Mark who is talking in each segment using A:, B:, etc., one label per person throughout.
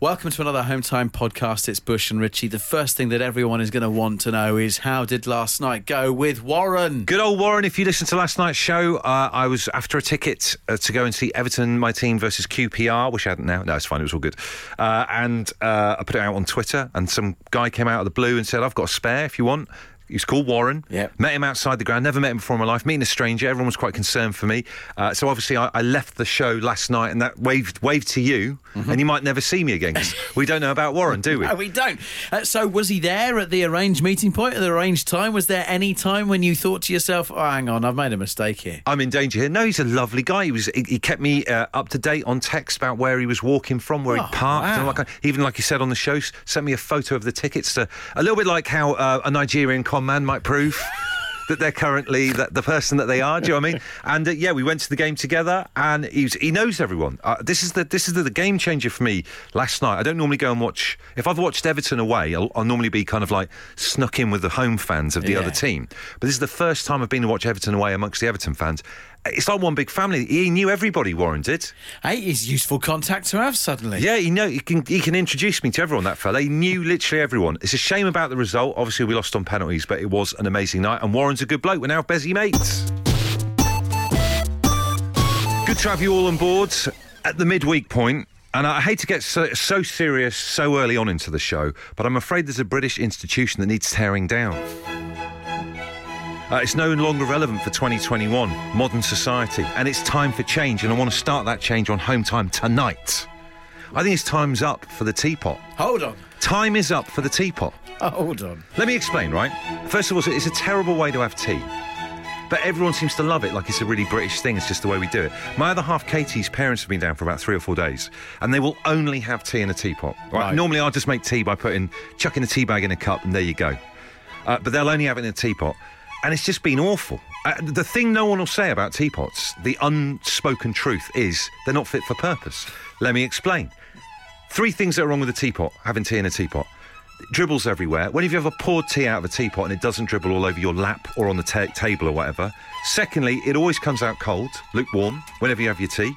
A: Welcome to another Hometime podcast. It's Bush and Richie. The first thing that everyone is going to want to know is how did last night go with Warren?
B: Good old Warren, if you listened to last night's show, uh, I was after a ticket uh, to go and see Everton, my team, versus QPR, which I hadn't now. No, it's fine, it was all good. Uh, and uh, I put it out on Twitter, and some guy came out of the blue and said, I've got a spare if you want. He's called Warren.
A: Yep.
B: Met him outside the ground. Never met him before in my life. Meeting a stranger. Everyone was quite concerned for me. Uh, so obviously, I, I left the show last night, and that waved waved to you. And you might never see me again. 'cause we don't know about Warren, do we?
A: No, we don't. Uh, so, was he there at the arranged meeting point at the arranged time? Was there any time when you thought to yourself, oh, hang on, I've made a mistake here?
B: I'm in danger here. No, he's a lovely guy. He was. He, he kept me uh, up to date on text about where he was walking from, where
A: Oh,
B: he parked. and all
A: wow.
B: that kind of- even like he said on the show, s- sent me a photo of the tickets to a little bit like how uh, a Nigerian con man might prove. That they're currently that the person that they are. Do you know what I mean? And uh, yeah, we went to the game together, and he was, he knows everyone. Uh, this is the this is the, the game changer for me. Last night, I don't normally go and watch. If I've watched Everton away, I'll, I'll normally be kind of like snuck in with the home fans of the
A: Yeah.
B: other team. But this is the first time I've been to watch Everton away amongst the Everton fans. It's like one big family. He knew everybody. Warren did.
A: Hey, he's useful contact to have suddenly.
B: Yeah, he know he can he can introduce me to everyone. That fella, he knew literally everyone. It's a shame about the result. Obviously, we lost on penalties, but it was an amazing night. And Warren's a good bloke. We're now busy mates. Good to have you all on board at the midweek point. And I hate to get so, so serious so early on into the show, but I'm afraid there's a British institution that needs tearing down. Uh, it's no longer relevant for 2021, modern society, and it's time for change. And I want to start that change on home time tonight. I think it's time's up for the teapot.
A: Hold on.
B: Time is up for the teapot.
A: Hold on.
B: Let me explain, right? First of all, it's a terrible way to have tea. But everyone seems to love it like it's a really British thing. It's just the way we do it. My other half, Katie's parents have been down for about three or four days, and they will only have tea in a teapot. Right?
A: Right.
B: Normally, I'll just make tea by putting chucking a tea bag in a cup, and there you go. Uh, but they'll only have it in a teapot, and it's just been awful. Uh, the thing no one will say about teapots, the unspoken truth is they're not fit for purpose. Let me explain. Three things that are wrong with a teapot, having tea in a teapot. It dribbles everywhere. When have you ever poured tea out of a teapot and it doesn't dribble all over your lap or on the ta- table or whatever? Secondly, it always comes out cold, lukewarm, whenever you have your tea.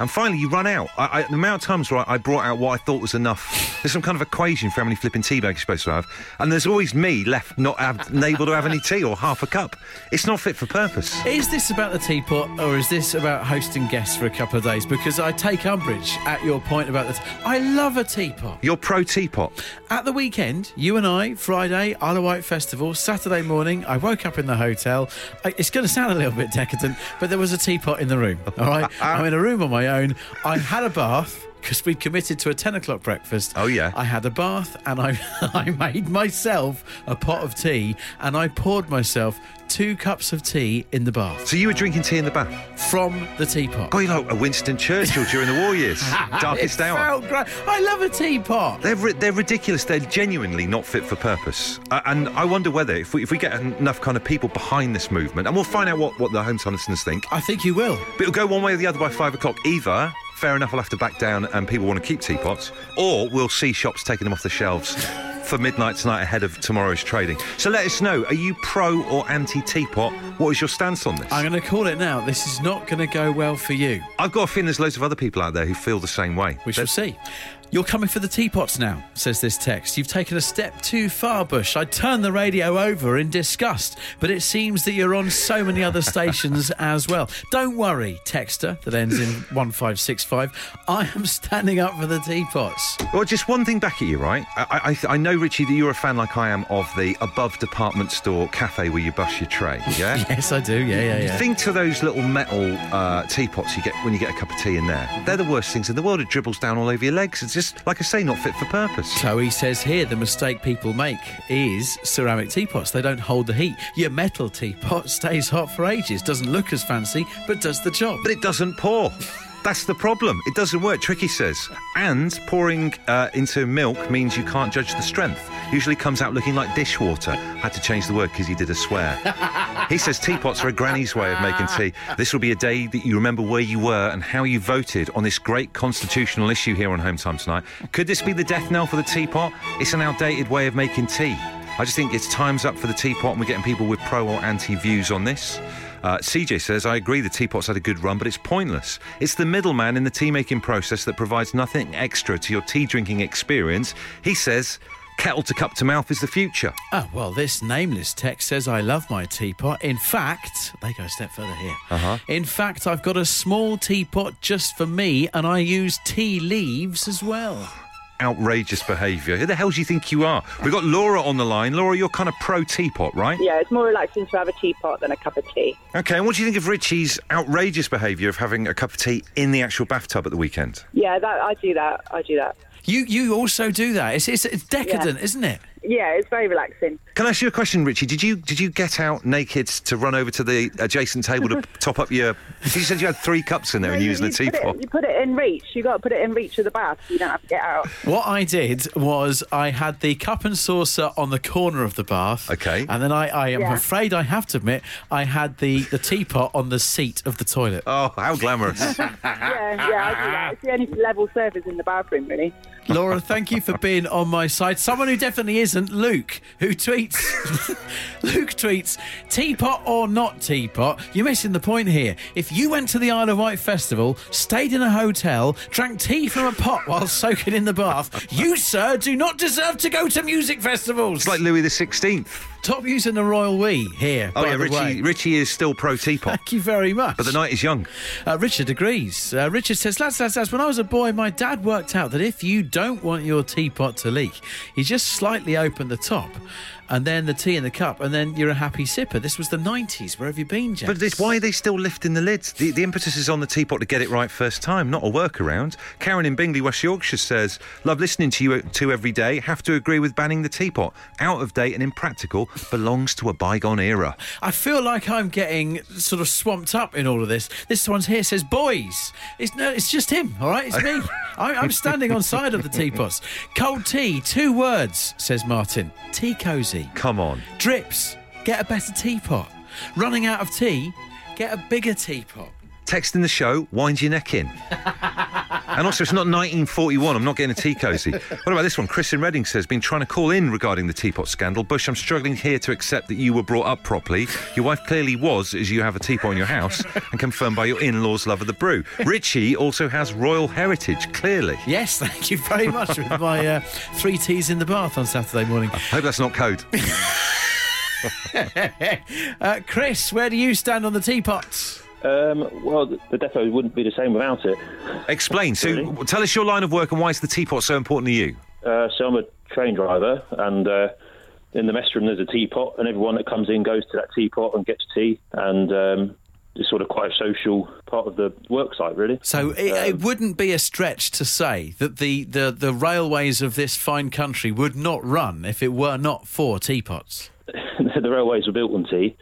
B: And finally, you run out. I, I, the amount of times where I, I brought out what I thought was enough, there's some kind of equation for how many flipping tea bags you're supposed to have, and there's always me left not ab- able to have any tea or half a cup. It's not fit for purpose.
A: Is this about the teapot or is this about hosting guests for a couple of days? Because I take umbrage at your point about this. I love a teapot.
B: You're pro teapot.
A: At the weekend, you and I, Friday, Isle of Wight Festival, Saturday morning, I woke up in the hotel. I- It's going to sound a little bit decadent, but there was a teapot in the room. All right. I'm in a room on my own. I had a bath. Because we committed to a 10 o'clock breakfast.
B: Oh, yeah.
A: I had a bath and I, I made myself a pot of tea and I poured myself two cups of tea in the bath
B: So you were drinking tea in the bath.
A: from the teapot.
B: God, you're like a Winston Churchill during the war years. Darkest
A: it
B: hour.
A: Felt great. I love a teapot.
B: They're, ri- they're ridiculous. They're genuinely not fit for purpose. Uh, and I wonder whether, if we, if we get enough kind of people behind this movement, and we'll find out what, what the hometown listeners think,
A: I think you will.
B: but it'll go one way or the other by five o'clock. Either, fair enough, I'll have to back down and people want to keep teapots, or we'll see shops taking them off the shelves for midnight tonight ahead of tomorrow's trading. So let us know are you pro or anti teapot? What is your stance on this?
A: I'm going to call it now. This is not going to go well for you.
B: I've got a feeling there's loads of other people out there who feel the same way.
A: We shall see. You're coming for the teapots now, says this text. You've taken a step too far, Bush. I turned the radio over in disgust, but it seems that you're on so many other stations as well. Don't worry, texter that ends in 1565. I am standing up for the teapots.
B: Well, just one thing back at you, right? I, I, I know, Richie, that you're a fan like I am of the above department store cafe where you bust your tray, yeah?
A: Yes, I do. Yeah, yeah, yeah.
B: Think to those little metal uh, teapots you get when you get a cup of tea in there. They're the worst things in the world. It dribbles down all over your legs. It's just, like I say, not fit for purpose.
A: Chloe says here the mistake people make is ceramic teapots. They don't hold the heat. Your metal teapot stays hot for ages, doesn't look as fancy, but does the job.
B: But it doesn't pour. That's the problem. It doesn't work, Tricky says. And pouring uh, into milk means you can't judge the strength. Usually comes out looking like dishwater. Had to change the word because he did a swear. he says teapots are a granny's way of making tea. This will be a day that you remember where you were and how you voted on this great constitutional issue here on Home Time tonight. Could this be the death knell for the teapot? It's an outdated way of making tea. I just think it's time's up for the teapot, and we're getting people with pro or anti views on this. Uh, CJ says, I agree the teapot's had a good run, but it's pointless. It's the middleman in the tea making process that provides nothing extra to your tea drinking experience. He says, kettle to cup to mouth is the future.
A: Oh, well, this nameless text says, I love my teapot. In fact, they go a step further here.
B: Uh-huh.
A: In fact, I've got a small teapot just for me, and I use tea leaves as well.
B: Outrageous behaviour. Who the hell do you think you are? We've got Laura on the line. Laura, you're kind of pro teapot, right?
C: Yeah, it's more relaxing to have a teapot than a cup of tea.
B: Okay, and what do you think of Richie's outrageous behaviour of having a cup of tea in the actual bathtub at the weekend?
C: Yeah, that I do that. I do that.
A: You you also do that. It's, it's, it's decadent, isn't it?
C: Yeah, it's very relaxing.
B: Can I ask you a question, Richie? Did you did you get out naked to run over to the adjacent table to top up your? You said you had three cups in there and you using the
C: put
B: teapot.
C: It, you put it in reach. You got to put it in reach of the bath. You don't have to get out.
A: What I did was I had the cup and saucer on the corner of the bath.
B: Okay.
A: And then I, I am
C: Yeah.
A: afraid I have to admit I had the, the teapot on the seat of the toilet.
B: Oh, how glamorous!
C: yeah, yeah, I do that. It's the only level surface in the bathroom, really.
A: Laura, thank you for being on my side. Someone who definitely isn't Luke, who tweets Luke tweets, teapot or not teapot, you're missing the point here. If you went to the Isle of Wight Festival, stayed in a hotel, drank tea from a pot while soaking in the bath, you, sir, do not deserve to go to music festivals.
B: it's like Louis the Sixteenth.
A: Top using the Royal We here.
B: Oh
A: by
B: yeah,
A: the
B: Richie
A: way.
B: Richie is still pro teapot,
A: Thank you very much.
B: but the night is young.
A: Uh, Richard agrees. Uh, Richard says, lads, lads, lads, when I was a boy, my dad worked out that if you don't want your teapot to leak, you just slightly open the top and then the tea in the cup, and then you're a happy sipper. This was the 90s. Where have you been, James?
B: But this, why are they still lifting the lids? The, the impetus is on the teapot to get it right first time, not a workaround. Karen in Bingley, West Yorkshire says, Love listening to you two every day. Have to agree with banning the teapot. Out of date and impractical. Belongs to a bygone era.
A: I feel like I'm getting sort of swamped up in all of this. This one's here says, "Boys, it's no, it's just him. All right, it's me. I, I'm standing on side of the teapots. Cold tea, two words," says Martin. Tea cozy.
B: Come on.
A: Drips, get a better teapot. Running out of tea, get a bigger teapot.
B: texting the show, wind your neck in. and also, it's not 1941. I'm not getting a tea cozy. What about this one? Chris in Reading says, been trying to call in regarding the teapot scandal. Bush, I'm struggling here to accept that you were brought up properly. Your wife clearly was, as you have a teapot in your house, and confirmed by your in law's love of the brew. Richie also has royal heritage, clearly.
A: Yes, thank you very much with my uh, three teas in the bath on Saturday morning.
B: Hope that's not code.
A: Uh, Chris, where do you stand on the teapots?
D: Um, well, the the depot wouldn't be the same without it.
B: Explain. So,
D: Really?
B: tell us your line of work and why is the teapot so important to you?
D: Uh, so I'm a train driver, and uh, in the mess room there's a teapot, and everyone that comes in goes to that teapot and gets tea, and um, it's sort of quite a social part of the work site, really.
A: So it, it wouldn't be a stretch to say that the, the, the railways of this fine country would not run if it were not for teapots.
D: the railways were built on tea,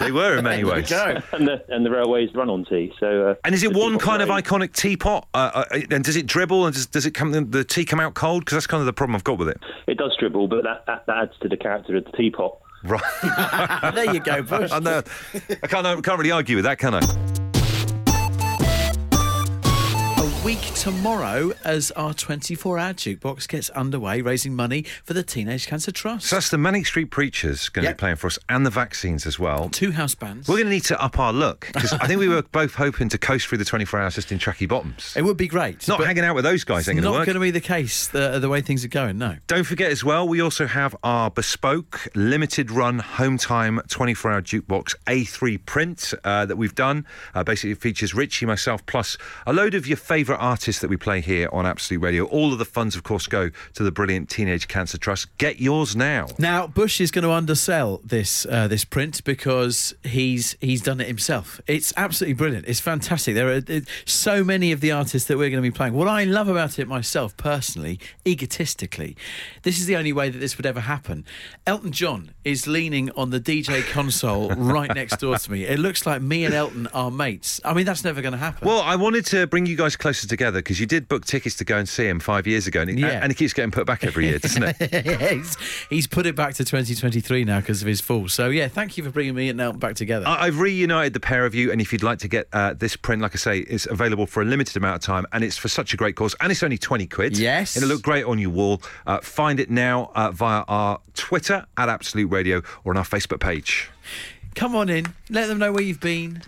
B: They were in many ways.
D: and the, and the railways run on tea. So, uh,
B: And is it
D: the
B: one
D: teapot
B: kind of
D: railway-
B: iconic teapot? Uh, uh, and does it dribble? And does, does it come the tea come out cold? Because that's kind of the problem I've got with it.
D: It does dribble, but that, that, that adds to the character of the teapot.
B: Right.
A: there you go, Bush.
B: I know. I can't. I can't really argue with that, can I?
A: A week tomorrow as our 24 hour jukebox gets underway, raising money for the Teenage Cancer Trust.
B: So that's the Manic Street Preachers going to
A: Yep.
B: be playing for us, and the vaccines as well.
A: Two house bands.
B: We're going to need to up our look because I think we were both hoping to coast through the 24 hours just in tracky bottoms.
A: It would be great.
B: Not
A: but
B: hanging out with those guys ain't
A: Not
B: going to work.
A: going to be the case the, the way things are going, no.
B: Don't forget as well, we also have our bespoke, limited run, home time, 24 hour jukebox A3 print uh, that we've done. Uh, basically, it features Richie, myself, plus a load of your favourite artists that we play here on Absolute Radio. All of the funds, of course, go to the brilliant Teenage Cancer Trust. Get yours now.
A: Now Bush is going to undersell this uh, this print because he's he's done it himself. It's absolutely brilliant. It's fantastic. There are uh, so many of the artists that we're going to be playing. What I love about it myself, personally, egotistically, this is the only way that this would ever happen. Elton John is leaning on the DJ console right next door to me. It looks like me and Elton are mates. I mean, that's never going to happen.
B: Well, I wanted to bring you guys closer together because you did book tickets to go and see him five years ago, and it,
A: Yeah.
B: and it keeps getting put back every year, doesn't it?
A: he's, he's put it back to 2023 now because of his fall. So yeah, thank you for bringing me and Elton back together.
B: I- I've reunited the pair of you, and if you'd like to get uh, this print, like I say, it's available for a limited amount of time, and it's for such a great cause, and it's only twenty quid.
A: Yes.
B: it'll look great on your wall. Uh, find it now uh, via our Twitter at Absolute Radio or on our Facebook page.
A: Come on in. Let them know where you've been.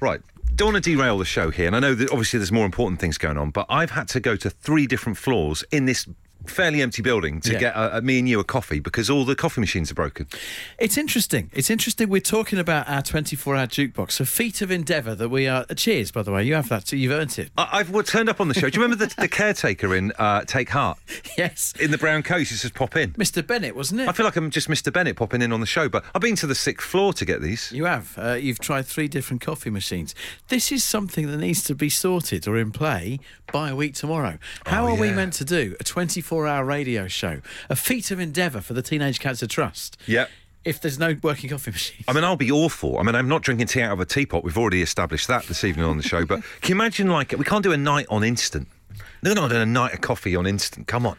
B: Right. Don't want to derail the show here. And I know that obviously there's more important things going on, but I've had to go to three different floors in this fairly empty building to
A: Yeah.
B: get uh me and you a coffee because all the coffee machines are broken.
A: It's interesting. It's interesting. We're talking about our 24 hour jukebox, a feat of endeavour that we are. Cheers, by the way. You have that. Too. You've earned it.
B: I- I've w- turned up on the show. Do you remember the, the caretaker in uh, Take Heart?
A: Yes.
B: In the brown coat, she just pop in.
A: Mr. Bennett, wasn't it?
B: I feel like I'm just Mr. Bennett popping in on the show, but I've been to the sixth floor to get these.
A: You have. Uh, you've tried three different coffee machines. This is something that needs to be sorted or in play by a week tomorrow. How
B: Oh,
A: are we
B: yeah.
A: meant to do a 24 hour radio show, a feat of endeavour for the Teenage Cancer Trust?
B: Yep.
A: If there's no working coffee machine.
B: I mean, I'll be awful. I mean, I'm not drinking tea out of a teapot. We've already established that this evening on the show. But can you imagine, like, we can't do a night on instant. No, not doing a night of coffee on instant. Come on.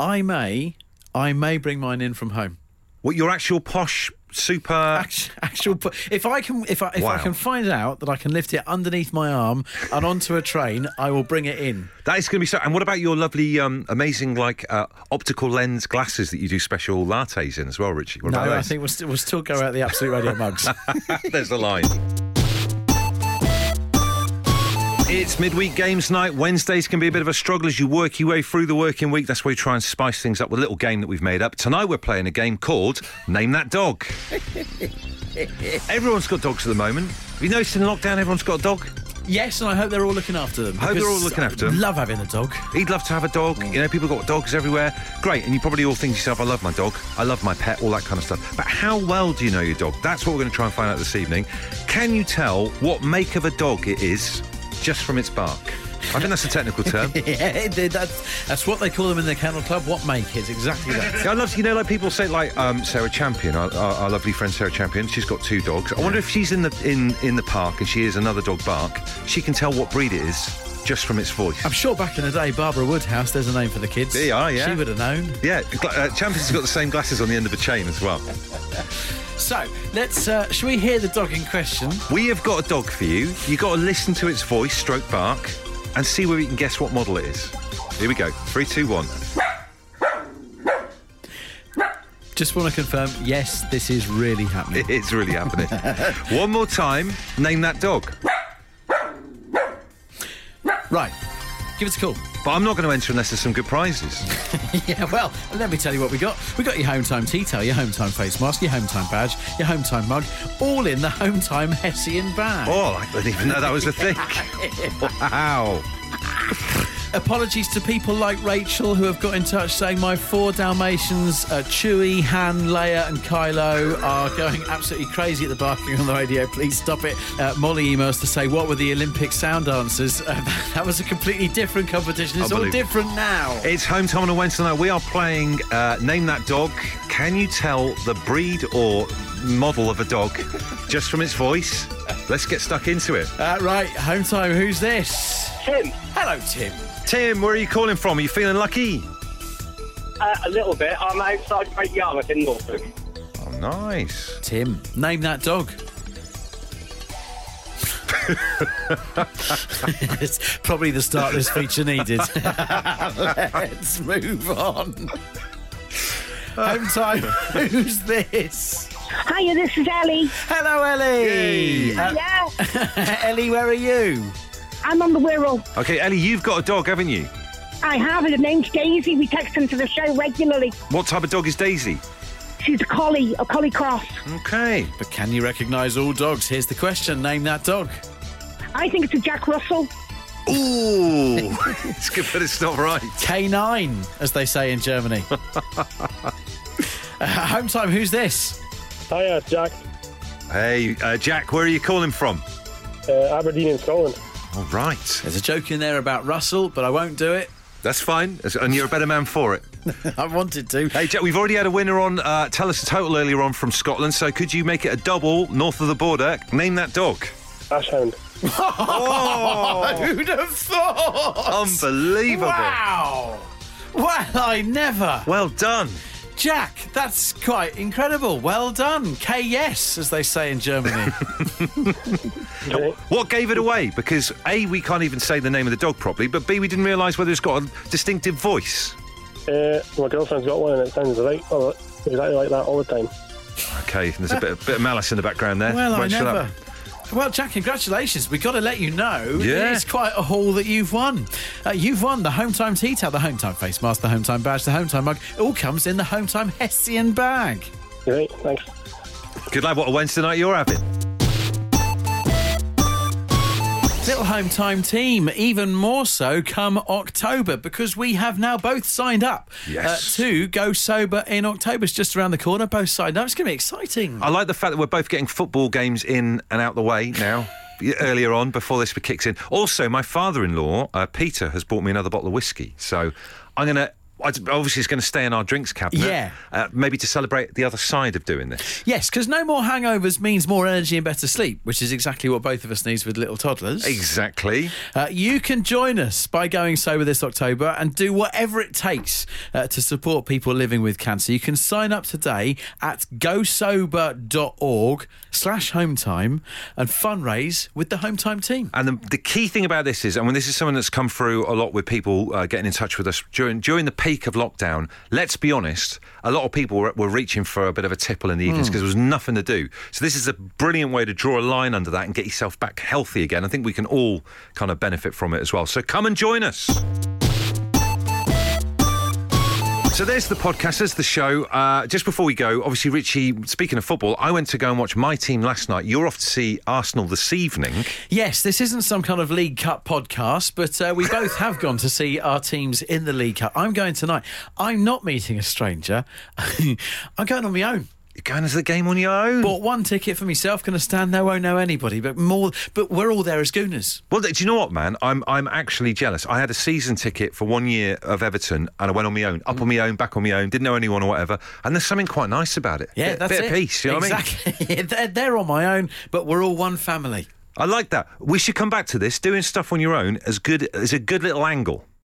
A: I may, I may bring mine in from home.
B: What, your actual posh, super.
A: Actu- Actual, pu- if I can, if I, if I
B: Wow.
A: can find out that I can lift it underneath my arm and onto a train, I will bring it in.
B: That is going to be so. And what about your lovely, um, amazing, like, uh, optical lens glasses that you do special lattes in as well, Richie? What
A: No,
B: about
A: I
B: those?
A: think we'll, st- we'll still go out the absolute radio mugs.
B: There's the line. It's midweek games night. Wednesdays can be a bit of a struggle as you work your way through the working week. That's why we try and spice things up with a little game that we've made up. Tonight we're playing a game called Name That Dog. everyone's got dogs at the moment. Have you noticed in lockdown everyone's got a dog?
A: Yes, and I hope they're all looking after them.
B: Hope they're
A: because
B: all looking after
A: I
B: them.
A: Love having a dog.
B: He'd love to have a dog. You know, people got dogs everywhere. Great. And you probably all think to yourself, I love my dog. I love my pet, all that kind of stuff. But how well do you know your dog? That's what we're going to try and find out this evening. Can you tell what make of a dog it is just from its bark? I think that's a technical term.
A: Yeah, they- that's, that's what they call them in the kennel club. What make is exactly that.
B: Yeah, I love, you know, like people say, like um, Sarah Champion, our, our, our lovely friend Sarah Champion. She's got two dogs. I wonder if she's in the in in the park and she hears another dog bark. She can tell what breed it is just from its voice.
A: I'm sure back in the day, Barbara Woodhouse, there's a name for the kids.
B: There you are, yeah.
A: She would have known.
B: Yeah, gla- uh, Champion's got the same glasses on the end of a chain as well.
A: So, let's, uh, shall we hear the dog in question?
B: We have got a dog for you. you got to listen to its voice, stroke bark, and see where you can guess what model it is. Here we go. Three, two, one.
A: Just want to confirm, yes, this is really happening.
B: It's really happening. one more time. Name that dog.
A: right, give us a call.
B: But I'm not going to enter unless there's some good prizes.
A: Yeah, well, let me tell you what we got. We got your home time tea towel, your home time face mask, your home time badge, your home time mug, all in the home time Hessian bag.
B: Oh, I didn't even know that was a thing. Wow.
A: Apologies to people like Rachel who have got in touch saying my four Dalmatians, uh, Chewy, Han, Leia, and Kylo, are going absolutely crazy at the barking on the radio. Please stop it. Uh, Molly emails to say, What were the Olympic sound dancers? Uh, that was a completely different competition. It's all
B: Unbelievable.
A: different now.
B: It's home time on a Wednesday night. We are playing uh, Name That Dog. Can you tell the breed or model of a dog just from its voice? Let's get stuck into it.
A: Uh, right, home time. Who's this?
E: Tim,
A: Hello, Tim.
B: Tim, where are you calling from? Are you feeling lucky?
E: uh, a little bit. I'm outside Great Yarmouth in Norfolk.
B: Oh, nice.
A: Tim. Name that dog. it's probably the start this feature needed. Let's move on. Home time. Who's this?
C: Hiya, this is Ellie.
A: Hello, Ellie. Uh,
C: Yeah,
A: Ellie, where are you?
C: I'm on the Wirral.
B: Okay, Ellie, you've got a dog, haven't you?
C: I have her name's Daisy. We text them to the show regularly.
B: What type of dog is Daisy?
C: She's a collie, a collie cross.
B: Hmm? Okay.
A: But can you recognise all dogs? Here's the question. Name that dog.
C: I think it's a Jack Russell.
B: Ooh, it's good, but it's not right.
A: K9, as they say in Germany. uh, home time. Who's this?
F: Hiya, Jack.
B: Hey, uh, Jack, where are you calling from?
F: Uh, Aberdeen in Scotland.
B: All right,
A: There's a joke in there about Russell, but I won't do it.
B: that's fine, and you're a better man for it.
A: I wanted to.
B: Hey, Jack, we've already had a winner on. Uh, tell us a total earlier on from Scotland. So, could you make it a double north of the border? Name that dog. Oh,
F: Ashhound.
A: Who'd have thought?
B: Unbelievable.
A: Wow. Well, I never.
B: Well done.
A: Jack, that's quite incredible. Well done. KS, as they say in Germany.
B: What gave it away? Because A, we can't even say the name of the dog properly, but B, we didn't realise whether it's got a distinctive voice.
F: Uh, my girlfriend's got one and it sounds right, oh, exactly like that all the time.
B: Okay, there's a bit, bit of malice in the background there.
A: Well, I
B: Won't shut up.
A: never. Well, Jack, congratulations. We've got to let you know
B: Yeah.
A: it's quite a haul that you've won. Uh, you've won the Home Time Tea Towel, the Home Time Face Mask, the Home Time Badge, the Home Time Mug. It all comes in the Home Time Hessian bag.
F: Great, thanks.
B: Good lad, what a Wednesday night you're having.
A: Little Home Time team, even more so come October, because we have now both signed up
B: Yes.
A: uh, to Go Sober in October. It's just around the corner, both signed up. It's going to be exciting.
B: I like the fact that we're both getting football games in and out the way now. Earlier on, before this kicks in. Also, my father-in-law uh, Peter has bought me another bottle of whiskey, so I'm gonna. I- Obviously, it's going to stay in our drinks cabinet.
A: Yeah.
B: Uh, maybe to celebrate the other side of doing this.
A: Yes, because no more hangovers means more energy and better sleep, which is exactly what both of us needs with little toddlers.
B: Exactly.
A: Uh, you can join us by going sober this October and do whatever it takes uh, to support people living with cancer. You can sign up today at gosober.org slash hometime and fundraise with the hometime team.
B: And the, the key thing about this is, and when this is something that's come through a lot with people uh, getting in touch with us during during the peak of lockdown. Let's be honest, a lot of people were, were reaching for a bit of a tipple in the evenings because there was nothing to do. So this is a brilliant way to draw a line under that and get yourself back healthy again. I think we can all kind of benefit from it as well. So come and join us. So there's the podcast, there's the show. Uh, just before we go, obviously, Richie, speaking of football, I went to go and watch my team last night. You're off to see Arsenal this evening.
A: Yes, this isn't some kind of League Cup podcast, but uh, we both have gone to see our teams in the League Cup. I'm going tonight. I'm not meeting a stranger. I'm going on my own.
B: You're going to the game on your own.
A: Bought one ticket for myself, going to stand there, won't know anybody, but more. But we're all there as gooners.
B: Well, do you know what, man? I'm I'm actually jealous. I had a season ticket for one year of Everton, and I went on my own, up on my own, back on my own, didn't know anyone or whatever. And there's something quite nice about it.
A: Yeah,
B: bit,
A: that's
B: bit
A: it.
B: of peace. You know what
A: exactly. they're, they're on my own, but we're all one family.
B: I mean? I like that. We should come back to this. Doing stuff on your own is good is a good little angle.